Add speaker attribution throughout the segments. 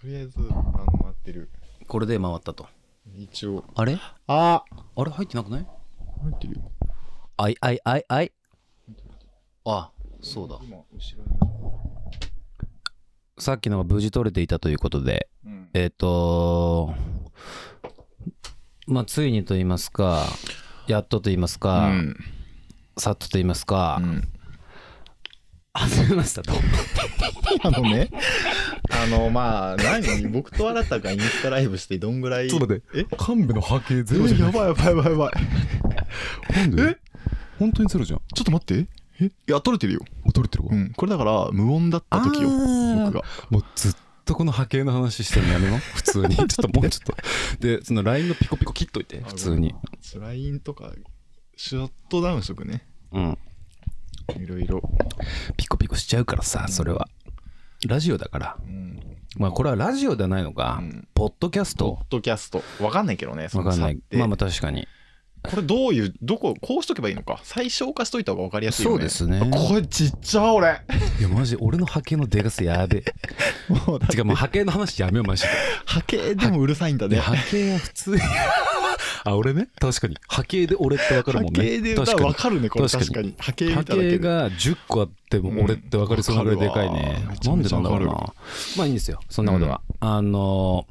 Speaker 1: とりあえずあの回ってる
Speaker 2: これで回ったと
Speaker 1: 一応
Speaker 2: あれ
Speaker 1: あ
Speaker 2: あれ入ってなくない
Speaker 1: 入ってるよ
Speaker 2: あいあいあいあいあそうだ
Speaker 1: 今後ろ
Speaker 2: さっきのが無事取れていたということで
Speaker 1: にうん
Speaker 2: えっ、とまあついにと言いますかやっとと言います
Speaker 1: う
Speaker 2: か、
Speaker 1: ん
Speaker 2: さっとと言いますか、
Speaker 1: うん
Speaker 2: 始めましたと
Speaker 1: あのね あのまあ何僕と新たがインスタライブしてどんぐらい
Speaker 3: ちょっと待って
Speaker 1: え
Speaker 3: 幹部の波形ゼロじ
Speaker 1: え
Speaker 3: ゃな
Speaker 1: や
Speaker 3: い
Speaker 1: ばいやばいやばいやばい
Speaker 3: なんで
Speaker 1: え
Speaker 3: 本当にゼロじゃん
Speaker 1: ちょっと待ってえいや取れてるよ
Speaker 3: あ取れてるわ、
Speaker 1: うんこれだから無音だった時よ
Speaker 3: あー
Speaker 1: 僕が
Speaker 3: もうずっとこの波形の話してるのやめよう普通 にちょっともうちょっとでその LINE のピコピコ切っといて普通に
Speaker 1: スラインとかシャットダウンしとくね
Speaker 2: うん
Speaker 1: いろいろ
Speaker 2: ピコピコしちゃうからさそれはラジオだから
Speaker 1: うん
Speaker 2: まあこれはラジオではないのか、
Speaker 1: うん
Speaker 2: ポッドキャス
Speaker 1: ポ
Speaker 2: ト
Speaker 1: ッドキャストわかんないけどねそ
Speaker 2: わ
Speaker 1: の
Speaker 2: かん
Speaker 1: 差
Speaker 2: な
Speaker 1: っ
Speaker 2: い
Speaker 1: て
Speaker 2: まあまあ確かに
Speaker 1: これどういうどここうしとけばいいのか最小化しといた方が分かりやすいよね
Speaker 2: そうですね
Speaker 1: これちっちゃ俺
Speaker 2: いやマジ俺の波形のでかさやべ え
Speaker 1: もうだってて
Speaker 2: かもう波形の話やめようマジで
Speaker 1: 波形でもうるさいんだ
Speaker 2: で
Speaker 1: ね
Speaker 2: 波形は普 通にあ俺ね確かに波形で俺って分かる
Speaker 1: 波
Speaker 2: もんね
Speaker 1: 形でだ
Speaker 2: 確か
Speaker 1: 分
Speaker 2: に
Speaker 1: かるねこれ確
Speaker 2: 確
Speaker 1: か
Speaker 2: か
Speaker 1: に波形見
Speaker 2: 波
Speaker 1: ただけ
Speaker 2: 形
Speaker 1: で
Speaker 2: が10個あっても俺って分かりそうなぐらいでかいね
Speaker 1: うんわかるわめ、ちゃ
Speaker 2: なん
Speaker 1: め
Speaker 2: で
Speaker 1: ちゃ
Speaker 2: なんだろうな
Speaker 1: わか
Speaker 2: まあいいんですよそんなことは、あの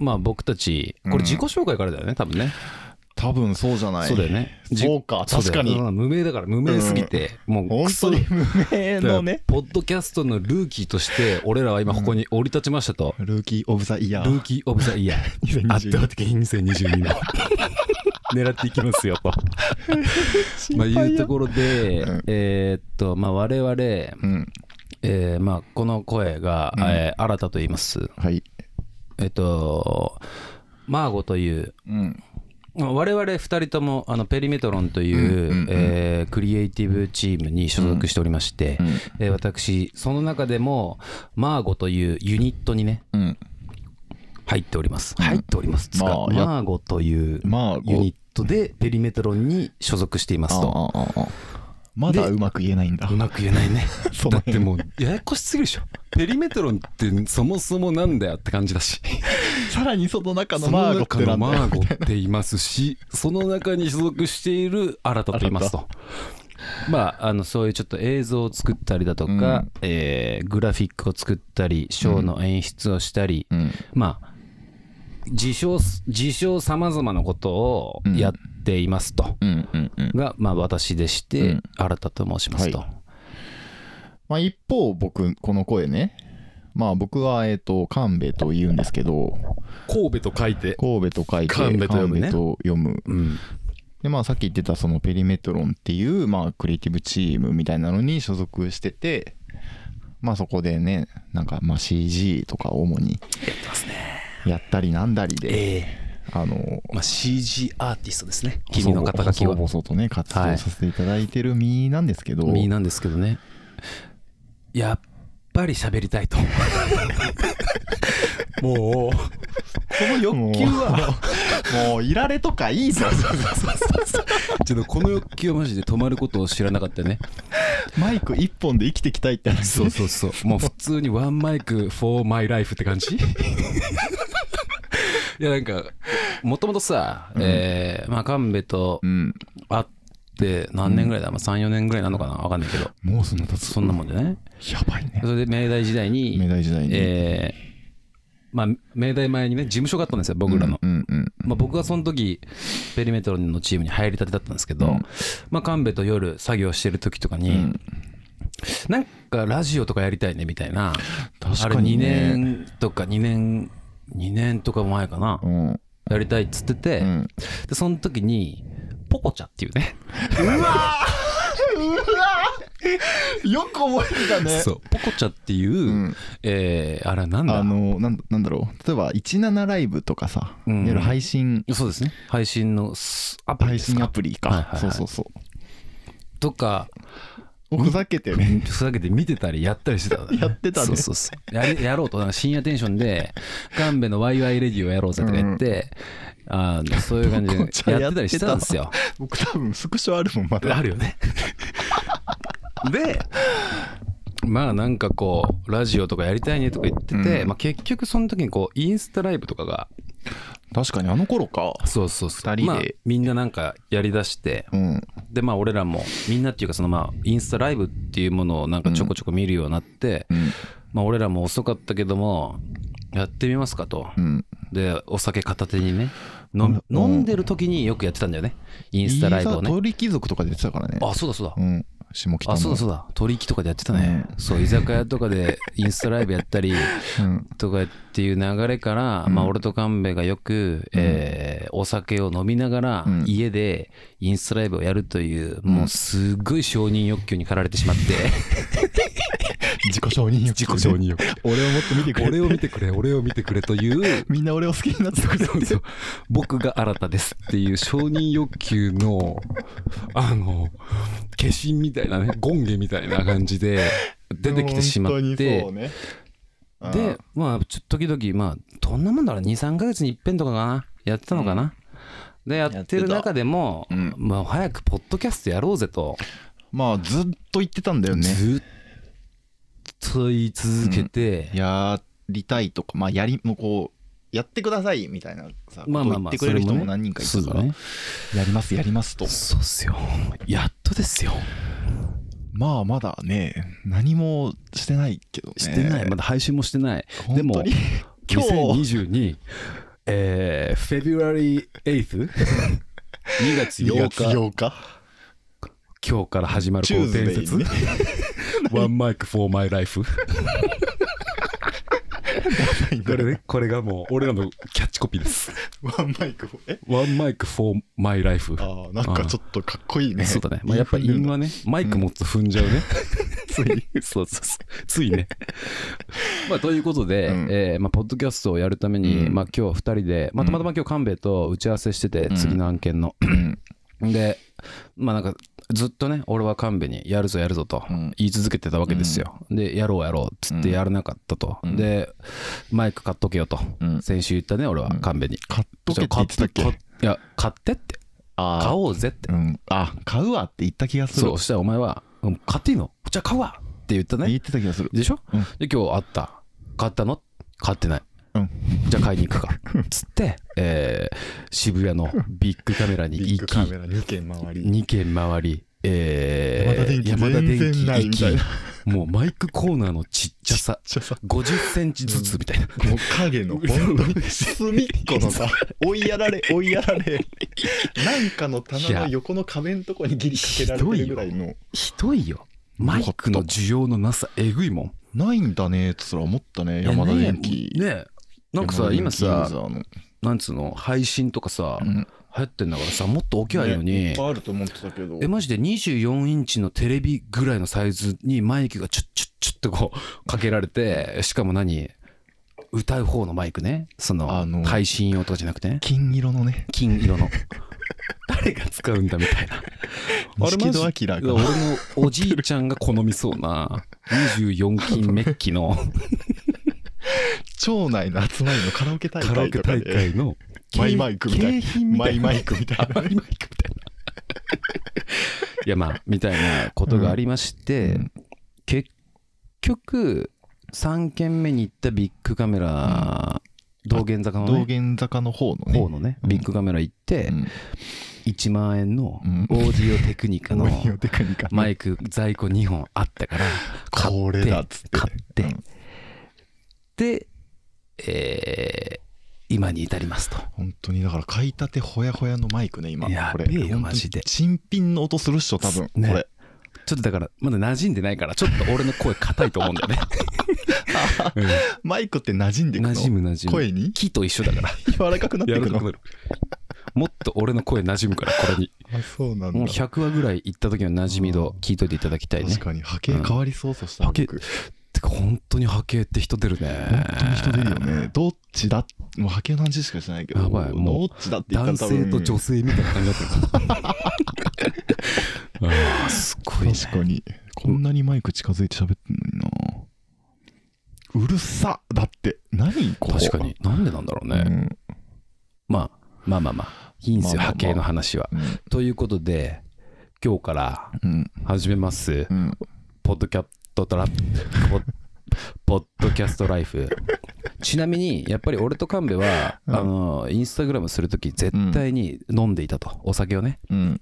Speaker 2: ーまあ僕たちこれ自己紹介からだよね多分ね、
Speaker 1: 多分そうじゃない
Speaker 2: そうだよねじ
Speaker 1: そうか
Speaker 2: そうだ
Speaker 1: 確
Speaker 2: よ
Speaker 1: かに
Speaker 2: うん無名だから無名すぎて、もう
Speaker 1: 本
Speaker 2: クソ
Speaker 1: 当に無名のね
Speaker 2: ポッドキャストのルーキーとして俺らは今ここに降り立ちましたと、
Speaker 1: ルーキー・オブ・ザ・イヤ
Speaker 2: ル
Speaker 1: ー
Speaker 2: ーキー・オブ・ザ・ イヤー
Speaker 1: 2022
Speaker 2: 圧倒的に2022の 狙っていきますよとまあいうところで、
Speaker 1: うん
Speaker 2: えーっとまあ我々、え
Speaker 1: うん
Speaker 2: ーまあ、この声が、
Speaker 1: うん
Speaker 2: えー新たと言います
Speaker 1: はい
Speaker 2: えっとマーゴという
Speaker 1: うん
Speaker 2: まあ我々2人ともあのペリメトロンという、
Speaker 1: うんうんうん
Speaker 2: えークリエイティブチームに所属しておりまして、
Speaker 1: うん
Speaker 2: えー私その中でもマーゴというユニットにね
Speaker 1: うん
Speaker 2: 入っております、
Speaker 1: うん
Speaker 2: 入っておりますつか、
Speaker 1: まあや
Speaker 2: マーゴという
Speaker 1: まあ
Speaker 2: ユニットでペリメトロンに所属していますと
Speaker 1: ああああまだうまく言えないんだ
Speaker 2: うまく言えないね
Speaker 1: そ
Speaker 2: だ
Speaker 1: の
Speaker 2: っ
Speaker 1: 辺
Speaker 2: てもうややこしすぎるでしょペリメトロンってそもそもなんだよって感じだし
Speaker 1: さらにその中の
Speaker 2: そ
Speaker 1: マ
Speaker 2: の
Speaker 1: ーゴっ
Speaker 2: 中
Speaker 1: てな
Speaker 2: の
Speaker 1: んだ
Speaker 2: マ
Speaker 1: よ
Speaker 2: ーゴっていますし、その中に所属している新たと言いますと。まあ、あのそういうちょっと映像を作ったりだとか、
Speaker 1: うん
Speaker 2: えーグラフィックを作ったりショーの演出をしたり、
Speaker 1: うん
Speaker 2: まあ自称自称さまざまなことをやっていますと、
Speaker 1: うんうんうん
Speaker 2: が、まあ、私でして、
Speaker 1: うん
Speaker 2: 新たと申しますと、
Speaker 1: まあ、一方僕この声ねまあ僕はえっ、と神戸と言うんですけど
Speaker 2: 神戸と書いて、
Speaker 1: 神戸と書いて
Speaker 2: 神戸と読む
Speaker 1: 神
Speaker 2: ね
Speaker 1: 戸と読む
Speaker 2: うん、
Speaker 1: でまあさっき言ってたそのペリメトロンっていうまあクリエイティブチームみたいなのに所属しててまあそこでねなんかまあ CG とか主にやったりなんだりで、
Speaker 2: え
Speaker 1: あの
Speaker 2: ーまあ、CG アーティストですね君の肩書きは
Speaker 1: 細。々とね活動させていただいてる身なんですけど、
Speaker 2: 身なんですけどねやっぱり喋りたいと もう
Speaker 1: この欲
Speaker 2: 求は
Speaker 1: もうもういられとかいいぞ
Speaker 2: ちょっとこの欲求はマジで止まることを知らなかったね
Speaker 1: マイク一本で生きていきたいって話ね
Speaker 2: そうそうそう もう普通にワンマイク for my life って感じ いやなんかもともとさ、えーまあ神戸と
Speaker 1: うん
Speaker 2: 会って何年ぐらいだ、まあ、34年ぐらいなのかなわかんないけど
Speaker 1: もうそんな経つ
Speaker 2: そんなもんでね
Speaker 1: やばいね
Speaker 2: それで明大時代に
Speaker 1: 明大時代に
Speaker 2: えーまあ明大前にね事務所があったんですよ僕らの、
Speaker 1: うんうん
Speaker 2: まあ、僕はその時ペリメトロのチームに入りたてだったんですけど、
Speaker 1: うん
Speaker 2: まあ、神戸と夜作業してる時とかに、
Speaker 1: うん
Speaker 2: なんかラジオとかやりたいねみたいな
Speaker 1: 確かにね
Speaker 2: あれ2年とか2年2年とか前かな、
Speaker 1: うん
Speaker 2: やりたいっつってて、
Speaker 1: うん
Speaker 2: でその時にポコチャっていうね
Speaker 1: よく覚えてたね
Speaker 2: そうポコチャっていう、
Speaker 1: ん
Speaker 2: えーあれなんだ
Speaker 1: あのなんなんだろう例えば17ライブとかさい
Speaker 2: うん
Speaker 1: わゆる配信
Speaker 2: そうですね配信のすアプリ
Speaker 1: 配
Speaker 2: です
Speaker 1: 信ア
Speaker 2: か
Speaker 1: プリ
Speaker 2: はい
Speaker 1: か
Speaker 2: はい
Speaker 1: そ
Speaker 2: は
Speaker 1: う
Speaker 2: い
Speaker 1: そうそう
Speaker 2: とか
Speaker 1: おふざけてね
Speaker 2: ふざけて見てたりやったりしてたんだ よ、
Speaker 1: やってたね
Speaker 2: そうそうそうやりや ろうとなんか深夜テンションで神戸のワイワイレディをやろうぜとか言って、あのそういう感じ
Speaker 1: こっちは
Speaker 2: でやってたりしてたんで すよ
Speaker 1: 僕多分スクショあるもんまだ
Speaker 2: あるよねでまあなんかこうラジオとかやりたいねとか言ってて、
Speaker 1: うん
Speaker 2: まあ、結局その時にこうインスタライブとかが
Speaker 1: 確かにあの頃か
Speaker 2: そうそうそう
Speaker 1: 二人で
Speaker 2: まあ、みんななんかやりだして
Speaker 1: うん
Speaker 2: でまあ俺らもみんなっていうかそのまあインスタライブっていうものをなんかちょこちょこ見るようになって、
Speaker 1: うん
Speaker 2: まあ俺らも遅かったけどもやってみますかと、
Speaker 1: うん
Speaker 2: でお酒片手にね飲ん
Speaker 1: うん
Speaker 2: 飲んでる時によくやってたんだよねイ
Speaker 1: イ
Speaker 2: ンスタライブをね
Speaker 1: 鳥貴族とか出てたからね
Speaker 2: あそうだそうだ
Speaker 1: うん下北の
Speaker 2: あそうだそうだ取引とかでやってたね、
Speaker 1: ね
Speaker 2: そう居酒屋とかでインスタライブやっ たり
Speaker 1: うん
Speaker 2: とかっていう流れから、
Speaker 1: うん
Speaker 2: まあ俺と神戸がよく、えーお酒を飲みながら
Speaker 1: うん
Speaker 2: 家でインスタライブをやるという、
Speaker 1: ん
Speaker 2: もうすっごい承認欲求に駆られてしまって
Speaker 1: 自己承認欲
Speaker 3: 自己承認欲
Speaker 1: 俺をもっと見てくれ
Speaker 3: 俺を見てくれ俺を見てくれと いう
Speaker 1: みんな俺を好きになってくれ
Speaker 2: そう僕が新たです
Speaker 3: っていう承認欲求のあの化身みたいなね権化みたいな感じで出てきてしまって
Speaker 1: 本当にそうね
Speaker 2: でまあちょ時々まあどんなもんだろう23ヶ月に一遍とかかなやってたのかな、でやってる中でも、
Speaker 1: やってた
Speaker 2: まあ、早くポッドキャストやろうぜと
Speaker 1: まあずっと言ってたんだよね
Speaker 2: ずっと言い続けて、
Speaker 1: やりたいとかまあやりもうこうやってくださいみたいなさ
Speaker 2: まあまあ
Speaker 1: こ
Speaker 2: まあ
Speaker 1: と言ってくれる人
Speaker 2: それ
Speaker 1: も
Speaker 2: もね
Speaker 1: 何人かいたから、
Speaker 2: そうだね
Speaker 1: やりますやりますと
Speaker 2: そうっすよやっとですよ
Speaker 1: まあまだね何もしてないけどね
Speaker 2: してない、まだ配信もしてないで
Speaker 1: 本当
Speaker 2: も
Speaker 1: に今日
Speaker 2: 2022えー、February 8th 2月
Speaker 1: 8
Speaker 2: 8
Speaker 1: 日
Speaker 2: 日
Speaker 1: 8日
Speaker 2: 今日から始まる
Speaker 1: チ
Speaker 2: こ
Speaker 1: ュー
Speaker 2: の
Speaker 1: ズ
Speaker 2: 伝
Speaker 1: デイ
Speaker 2: 説
Speaker 1: にね
Speaker 3: ワンマイクフォーマイライフこれ ねこれがもう俺らのキャッチコピーです
Speaker 1: ワンマイクをえ
Speaker 3: ワンマイクフォーマイライフ
Speaker 1: ああなんかちょっとかっこいいね
Speaker 2: そうだね、まあ、やっぱ韻はねマイク持つと踏んじゃうね、
Speaker 1: つ い
Speaker 2: そうそうそうつい ねまあということで、
Speaker 1: うん
Speaker 2: えーまあ、ポッドキャストをやるために、
Speaker 1: うん
Speaker 2: まあ、今日は2人で、まあ、たまたま今日神戸と打ち合わせしてて、
Speaker 1: うん
Speaker 2: 次の案件の
Speaker 1: うん
Speaker 2: でまあなんかずっとね俺は神戸にやるぞやるぞと
Speaker 1: うん
Speaker 2: 言い続けてたわけですよ、でやろうやろうっつってやらなかったと、
Speaker 1: うん
Speaker 2: でマイク買っとけよと、
Speaker 1: うん
Speaker 2: 先週言ったね俺は
Speaker 1: うん
Speaker 2: 神戸に、
Speaker 1: 買っとけって言ってたっけ
Speaker 2: 買っいや買ってって
Speaker 1: ああ
Speaker 2: 買おうぜって
Speaker 1: うんあ買うわって言った気がする
Speaker 2: そうしたらお前はうん買っていいのじゃあ買うわって言ったね
Speaker 1: 言ってた気がする
Speaker 2: でしょ、
Speaker 1: うん
Speaker 2: で今日会った買ったの買ってない、
Speaker 1: うん
Speaker 2: じゃあ買いに行く かつって、えー渋谷のビッグカメラに行き
Speaker 1: ラ2件回
Speaker 2: 2軒回り、えー、
Speaker 1: 山田電機全然ないみたいな
Speaker 2: 山田電機行きもうマイクコーナーのちっちゃ さ
Speaker 1: ちょさ
Speaker 2: 50センチずつみたいな、
Speaker 1: もう影の本当に隅っこのさ追いやられ追いやられなんかの
Speaker 2: い
Speaker 1: 棚
Speaker 2: や
Speaker 1: の横の壁のとこにギリかけられてるぐらいの
Speaker 2: ひどいよマイクの需要のなさえぐいもん
Speaker 1: ないんだねっつら思ったね山田電機
Speaker 2: ねえねえなんかさ今さなんつうの配信とかさ、流行ってんだからさもっと大きいのに、
Speaker 1: いっぱいあると思ってたけど
Speaker 2: えマジで24インチのテレビぐらいのサイズにマイクがチュッチュッチュッってこうかけられてしかも何歌う方のマイクねそ
Speaker 1: あの
Speaker 2: の配信用とかじゃなくてね
Speaker 1: 金色のね
Speaker 2: 金 色の誰が使うんだみたいな
Speaker 1: 錦戸
Speaker 2: マ
Speaker 1: 明が
Speaker 2: ジ俺のおじいちゃんが好みそうな24金メッキの
Speaker 1: 町内の集まりのカラオケ大
Speaker 3: カラオ
Speaker 1: 会
Speaker 3: ケ
Speaker 1: とか
Speaker 3: 大
Speaker 1: で
Speaker 3: 会の
Speaker 1: マイマイクみたい
Speaker 3: 景
Speaker 1: な
Speaker 3: 品みた
Speaker 1: マ
Speaker 3: い
Speaker 1: イ
Speaker 3: な
Speaker 1: マイクみたいな
Speaker 2: マイマイクみたいないやまあみたいなことがありまして、
Speaker 1: うん
Speaker 2: 結局3軒目に行ったビッグカメラ、道玄坂の
Speaker 1: 道
Speaker 2: ね
Speaker 1: 玄坂の方のね
Speaker 2: 方のね
Speaker 1: うん
Speaker 2: ビッグカメラ行って
Speaker 1: うん
Speaker 2: 1万円の
Speaker 1: うん
Speaker 2: オーディオテクニカの
Speaker 1: オーディオテクニカの
Speaker 2: マイク在庫2本あったから買って
Speaker 1: これだっつって
Speaker 2: 買って、
Speaker 1: うん
Speaker 2: で、えー今に至りますと
Speaker 1: 本当にだから買いたてほやほやのマイクね今
Speaker 2: や
Speaker 1: これ
Speaker 2: べえよ
Speaker 1: 本当に
Speaker 2: マジで
Speaker 1: 新品の音するっしょ多分
Speaker 2: ね
Speaker 1: これ
Speaker 2: ちょっとだからまだ馴染んでないからちょっと俺の声硬いと思うんだ よね
Speaker 1: マイクって馴染んでいく
Speaker 2: 馴
Speaker 1: の
Speaker 2: 染む馴染む
Speaker 1: 声に
Speaker 2: 木と一緒だから
Speaker 1: 柔らかくなってい
Speaker 2: や
Speaker 1: く
Speaker 2: ると
Speaker 1: の
Speaker 2: なるもっと俺の声馴染むからこれに
Speaker 1: あそうなんだ
Speaker 2: もう100話ぐらい行った時の馴染み度聞いといていただきたいね
Speaker 1: 確かに波形変わりそうとした
Speaker 2: うん
Speaker 1: ら僕
Speaker 2: てか本当に波形って人出るね
Speaker 1: 本当に人出るよねどっちだもう波形の話しかしてないけど
Speaker 2: やばいも
Speaker 1: どっちだって言った
Speaker 2: 男
Speaker 1: ら多分
Speaker 2: 性と女性みたいな感じだったよ あーすごいね
Speaker 1: 確かにこんなにマイク近づいて喋ってんのになうるさだって何ここ
Speaker 2: 確かになんでなんだろう
Speaker 1: う
Speaker 2: ね、
Speaker 1: ん
Speaker 2: まあまあまあまあいいんですよ、
Speaker 1: まあまあまあ
Speaker 2: 波形の話は、
Speaker 1: うん
Speaker 2: ということで今日から
Speaker 1: うん
Speaker 2: 始めます
Speaker 1: うん
Speaker 2: ポッドキャドトラポッポッドキャストライフちなみにやっぱり俺と神戸は、
Speaker 1: うん
Speaker 2: あのインスタグラムする時絶対に飲んでいたと、お酒をね
Speaker 1: うん。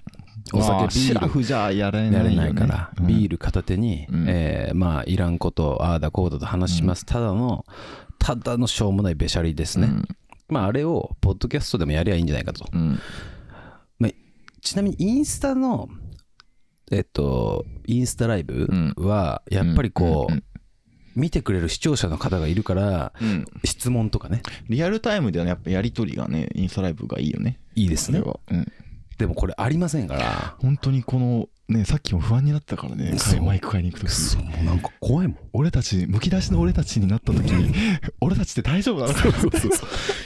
Speaker 2: お酒
Speaker 1: まあ
Speaker 2: ビール
Speaker 1: シラフじゃやれない
Speaker 2: や
Speaker 1: よ、ね。
Speaker 2: れないから、ビー
Speaker 1: ル。
Speaker 2: ル片手に、
Speaker 1: うん
Speaker 2: えーまあいらんことああだこうだと話します、ただのただのしょうもないべしゃりですね、まああれをポッドキャストでもやりゃいいんじゃないかと
Speaker 1: うん。うん。
Speaker 2: ちなみにインスタのえっとインスタライブはやっぱりこ
Speaker 1: うん
Speaker 2: う見てくれる視聴者の方がいるから
Speaker 1: うん
Speaker 2: 質問とかね
Speaker 1: リアルタイムでのやっぱやりとりがね、インスタライブがいいよね。
Speaker 2: いいです
Speaker 1: それ
Speaker 2: ね
Speaker 1: は。うん。
Speaker 2: でもこれありませんから
Speaker 1: 本当にこの、ね、さっきも不安になったからね、
Speaker 2: そう
Speaker 1: マイク買いに行くとき。
Speaker 2: そうもうなんか怖いもん
Speaker 1: 俺たち、むき出しの俺たちになったときに、 俺たちって大丈夫なのかな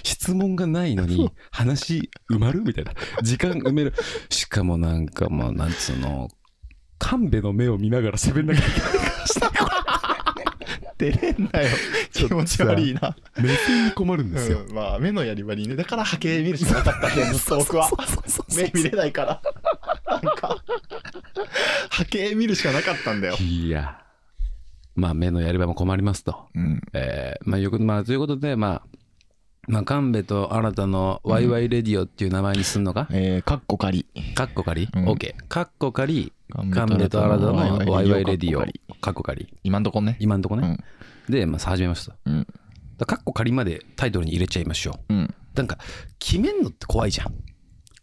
Speaker 2: 質問がないのに話埋まるみたいな時間埋めるしかもなんかもうなんつうの神戸の目を見ながら喋んなきゃいけない
Speaker 1: 出れんなよ。気持ち悪いな。
Speaker 2: 目線に困るんですよ、
Speaker 1: うん、まあ、目のやり場にね、だから波形見るしかなか ったんだよ、ずっと僕は。目見れないから。なんか、波形見るしかなかったんだよ。
Speaker 2: いやまあ目のやり場も困りますと
Speaker 1: うん。
Speaker 2: えーまあよく、まあ、ということで、まあ、まあ、神戸と新たのワイワイレディオっていう名前にすんのか、
Speaker 1: えー、かっこかり。
Speaker 2: カッコカリ、
Speaker 1: うん
Speaker 2: ?OK。カッコカリ、
Speaker 1: 神
Speaker 2: 神戸と新たのワイワイレディ
Speaker 1: か
Speaker 2: オ
Speaker 1: っこかり、
Speaker 2: カッコカリ。
Speaker 1: 今んとこね。
Speaker 2: 今んとこね。で、まあ、始めました。
Speaker 1: うん。
Speaker 2: だカッコカリまでタイトルに入れちゃいましょ
Speaker 1: うん。うん。
Speaker 2: う。なんか、決めんのって怖いじゃん。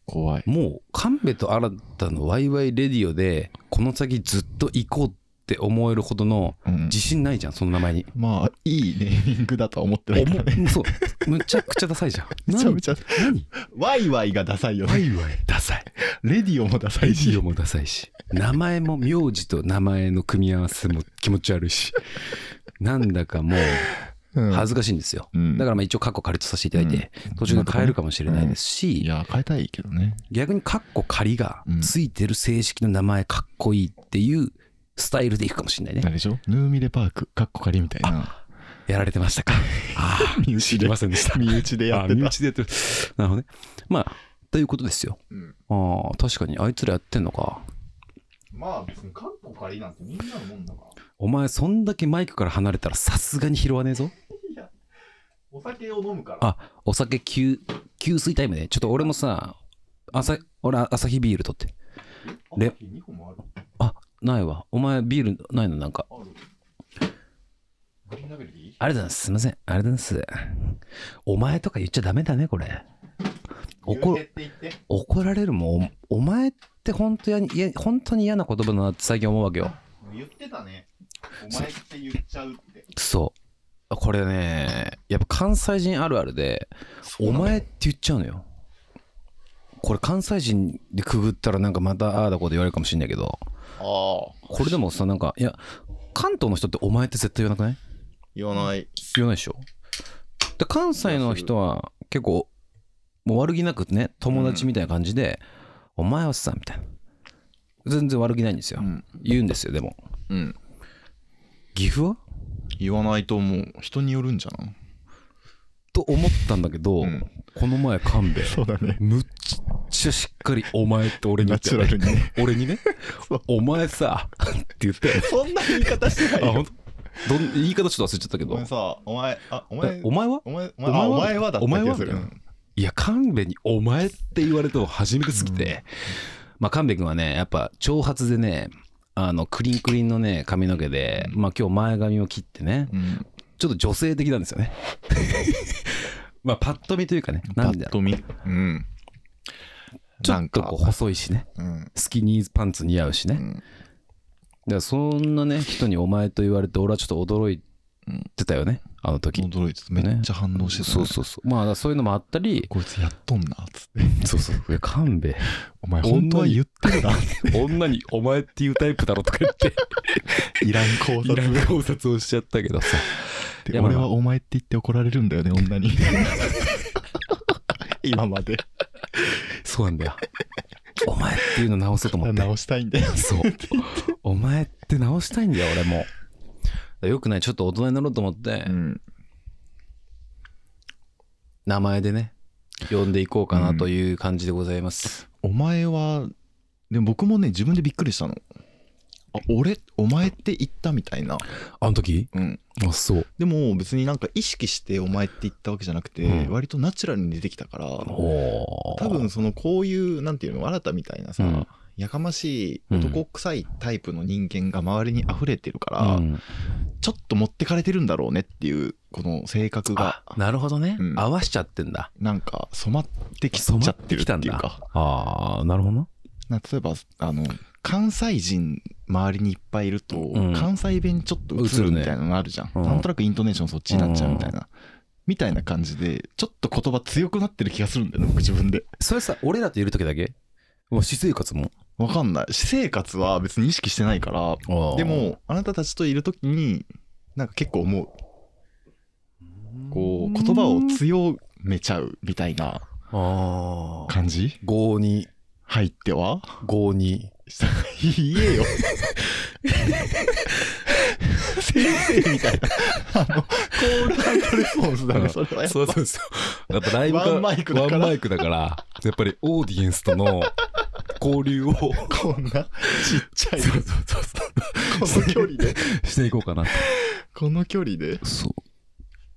Speaker 1: 怖い。
Speaker 2: もう、神戸と新たのワイワイレディオで、この先ずっと行こうって思えるほどの
Speaker 1: うん
Speaker 2: 自信ないじゃん、その名 前に。
Speaker 1: まあ、いいネーミングだとは思ってないからね。
Speaker 2: おそう、むちゃくちゃダサいじゃん。
Speaker 1: めちゃめちゃ、
Speaker 2: 何
Speaker 1: ワイワイがダサいよね。
Speaker 2: イワイダサい
Speaker 1: レディオもダサ
Speaker 2: レ
Speaker 1: い
Speaker 2: ディ
Speaker 1: し
Speaker 2: オ。もダサいし名前も名字と名前の組み合わせも気持ち悪いしなんだかもう恥
Speaker 1: はず。
Speaker 2: ずかしいんですよ、
Speaker 1: うん
Speaker 2: だからまあ一応カッコ仮とさせていただいて、途中で変えるかもしれないですし、
Speaker 1: いや、変えたいけどね。
Speaker 2: 逆にカッコ仮が
Speaker 1: うん
Speaker 2: ついてる正式の名前かっこいいっていうスタイルでいくかもしれないね、
Speaker 1: あれでしょヌーミレパーク、かっこかりみたいな。
Speaker 2: やられてまし たかああ
Speaker 1: 身内
Speaker 2: 知
Speaker 1: で
Speaker 2: りませんでした
Speaker 1: 身内 でやって
Speaker 2: あ身
Speaker 1: た。
Speaker 2: 内でやってるなるほどねまあということですよ、
Speaker 1: うん
Speaker 2: ああ確かにあいつらやってんのか
Speaker 1: まあ、別にかっこかりなんてみんなのもんだから。
Speaker 2: お前そんだけマイクから離れたらさすがに拾わねえぞ
Speaker 1: お酒を飲むから
Speaker 2: あお酒給給水タイムねちょっと俺もさ朝俺朝日ビール取ってで朝
Speaker 1: 2本もある。
Speaker 2: あないわお前ビールないのなんか
Speaker 1: ある。グリーンラベルでいい
Speaker 2: ありがとうございますすいませんありがとうございますお前とか言っちゃダメだねこれ怒
Speaker 1: て言って。
Speaker 2: 怒られるもんおお前って本当やにいや本当に嫌な言葉だなって最近思うわけよ
Speaker 1: 言ってたね。お前って言っちゃうって。
Speaker 2: そうこれねやっぱ関西人あるあるで「お前」って言っちゃうのよこれ関西人でくぐったらなんかまたああだこうで言われるかもしんないけど
Speaker 1: ああ。
Speaker 2: これでもさなんかいや関東の人って「お前」って絶対言わなくない
Speaker 1: 言わない。
Speaker 2: 言わないでしょで関西の人は結構もう悪気なくね友達みたいな感じで「お前はさ」みたいな全然悪気ないんですよ、
Speaker 1: ん
Speaker 2: 言うんですよでも
Speaker 1: うん。
Speaker 2: 岐阜は
Speaker 1: 言わないと思う。人によるんじゃない
Speaker 2: と思ったんだけど、
Speaker 1: うん
Speaker 2: この前神戸
Speaker 1: そうだね。
Speaker 2: むっちゃしっかり「お前」って俺に言
Speaker 1: ナ
Speaker 2: って
Speaker 1: チュラルにね。
Speaker 2: 俺にね
Speaker 1: そう
Speaker 2: 「お前さ」って言って
Speaker 1: そんな言い方してな
Speaker 2: あほんとどん言い方ちょっと忘れちゃったけ
Speaker 1: お
Speaker 2: ど
Speaker 1: 前さ、お前、あ、お
Speaker 2: え
Speaker 1: 前、
Speaker 2: お前は
Speaker 1: お前、お
Speaker 2: お前
Speaker 1: 前
Speaker 2: は
Speaker 1: あお前はだった
Speaker 2: お前
Speaker 1: 気
Speaker 2: は
Speaker 1: がする。
Speaker 2: みたいないや神戸に「お前」って言われたの初めてすぎて、まあ神戸君はねやっぱ長髪でねあのクリンクリンのね髪の毛で、まあ今日前髪を切ってね
Speaker 1: うん。
Speaker 2: ちょっと女性的なんですよ ねまあパッと見というかねなんだろう
Speaker 1: 見。うん。
Speaker 2: ちょっとこう細いしね
Speaker 1: う、うん。
Speaker 2: スキニーズパンツ似合うしね、
Speaker 1: うん
Speaker 2: だからそんなね人に「お前」と言われて俺はちょっと驚いてたよねあの時
Speaker 1: 驚いてた。めっちゃ反応してたね。
Speaker 2: そうそうそうまあだからそういうのもあったり
Speaker 1: こいつやっとんな、つって。
Speaker 2: そうそういや勘弁
Speaker 1: お前、本当は言ってるな。
Speaker 2: 女に「お前」っていうタイプだろとか言って
Speaker 1: いらん考
Speaker 2: い
Speaker 1: 察
Speaker 2: らん考察をしちゃったけどさ
Speaker 1: で
Speaker 2: いやまあ
Speaker 1: 俺はお前って言って怒られるんだよね、女 に。今まで。
Speaker 2: そうなんだよ「お前」っていうの直そうと思って
Speaker 1: 直したいんだよ。
Speaker 2: そう「お前」って直したいんだよ俺もだからよくないちょっと大人になろうと思って
Speaker 1: ん。
Speaker 2: 名前でね呼んでいこうかなという感じでございます、
Speaker 1: お前は、でも僕もね、自分でびっくりしたの。あ俺お前って言ったみたいな、
Speaker 2: あの時
Speaker 1: うん、
Speaker 2: あそう
Speaker 1: でも別になんか意識してお前って言ったわけじゃなくて、
Speaker 2: うん
Speaker 1: 割とナチュラルに出てきたから
Speaker 2: おー
Speaker 1: 多分そのこういうなんていうの新たみたいなさ、
Speaker 2: うん
Speaker 1: やかましい男臭いタイプの人間が周りに溢れてるから、
Speaker 2: うん
Speaker 1: ちょっと持ってかれてるんだろうねっていうこの性格が
Speaker 2: あなるほどね、
Speaker 1: うん
Speaker 2: 合わしちゃってんだ
Speaker 1: なんか染まってきちゃってるっていう
Speaker 2: 染まってきたん
Speaker 1: か
Speaker 2: ああなるほどな
Speaker 1: な例えばあの関西人周りにいっぱいいると、
Speaker 2: うん
Speaker 1: 関西弁ちょっと映るみたいなのあるじゃん、
Speaker 2: うん
Speaker 1: なんとなくイントネーションそっちになっちゃうみたいな、みたいな感じでちょっと言葉強くなってる気がするんだよね僕自分で
Speaker 2: それさ俺らといる時だけもう私生活も
Speaker 1: わかんない私生活は別に意識してないからでもあなたたちといる時になんか結構思うこう言葉を強めちゃうみたいな
Speaker 2: ああ
Speaker 1: 感じ
Speaker 2: 5に
Speaker 1: 入っては
Speaker 2: 5に
Speaker 1: 言えよ先生みたいなあのコールアンドレスポンスだねそれはやっぱ
Speaker 3: そうそうそう。やっぱライブが
Speaker 1: ワンマイクだから
Speaker 3: ワンマイクだからやっぱりオーディエンスとの交流を
Speaker 1: こんなちっちゃい
Speaker 3: そうそうそ
Speaker 1: この距離で
Speaker 3: うしていこうかな。
Speaker 1: この距離で
Speaker 3: そう。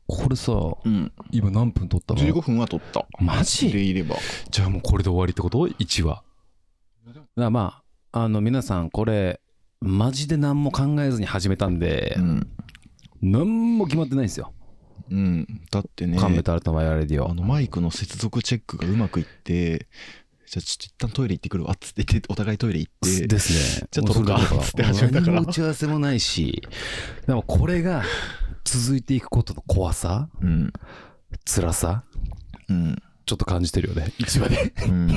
Speaker 3: これさ、
Speaker 1: うん
Speaker 3: 今何分撮ったの
Speaker 1: 15分は取った
Speaker 2: マ
Speaker 1: でいれば
Speaker 3: じゃあもうこれで終わりってこと ?1 話。
Speaker 2: だまああの皆さんこれマジで何も考えずに始めたんで、
Speaker 1: うん、
Speaker 2: 何も決まってないんですよ
Speaker 1: うん、だって
Speaker 2: 「
Speaker 1: ね
Speaker 2: カンベタルタワイヤレディ
Speaker 1: あ
Speaker 2: オ
Speaker 1: のマイクの接続チェックがうまくいってじゃあちょっと一旦トイレ行ってくるわっつって言ってお互いトイレ行」って
Speaker 2: ですね
Speaker 1: じゃあ撮ろうか
Speaker 2: もそれどこ
Speaker 1: つって始めたから
Speaker 2: 何も打ち合わせもないしでもこれが続いていくことの怖さ
Speaker 1: うん
Speaker 2: 辛さ
Speaker 1: うん
Speaker 2: ちょっと感じてるよね一話で
Speaker 1: うん、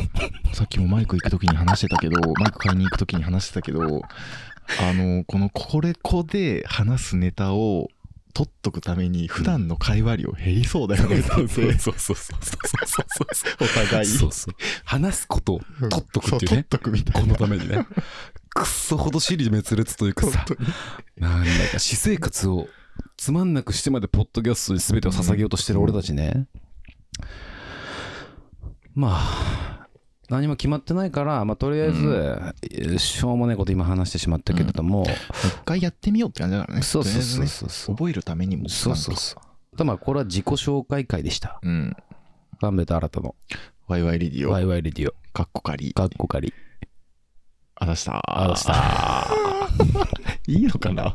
Speaker 1: さっきもマイク行く時に話してたけどマイク買いに行く時に話してたけどあのこのコレコで話すネタを取っとくために普段の会話量減りそうだよね、
Speaker 3: そう
Speaker 1: そ
Speaker 3: そうう
Speaker 1: そ
Speaker 3: そうそうそうそうそう。
Speaker 1: お互い
Speaker 3: そうそう。話すことを取っとくっていう
Speaker 1: 取っ
Speaker 3: ね。
Speaker 1: とくみた
Speaker 3: こ
Speaker 1: いな
Speaker 3: のためにね。くっそほど死に滅裂というか
Speaker 1: 本
Speaker 3: さ。
Speaker 1: 当に
Speaker 2: なんだか私生活をつまんなくしてまでポッドキャストに全てを捧げようとしてる俺たちね、まあ何も決まってないから、まあ、とりあえず、えーしょうもないこと今話してしまったけれども、
Speaker 1: 一回やってみようって感じだからね
Speaker 2: そうそうそう
Speaker 1: とりあえず
Speaker 2: そう
Speaker 1: ね覚えるためにも
Speaker 2: そうそうそうまあこれは自己紹介会でした
Speaker 1: ううん
Speaker 2: ガンベと新たの
Speaker 1: ワイワイレディオ
Speaker 2: ワイワイレディオ
Speaker 1: かっこかり
Speaker 2: かっこかり
Speaker 1: あだした
Speaker 2: あらした
Speaker 1: いいのかな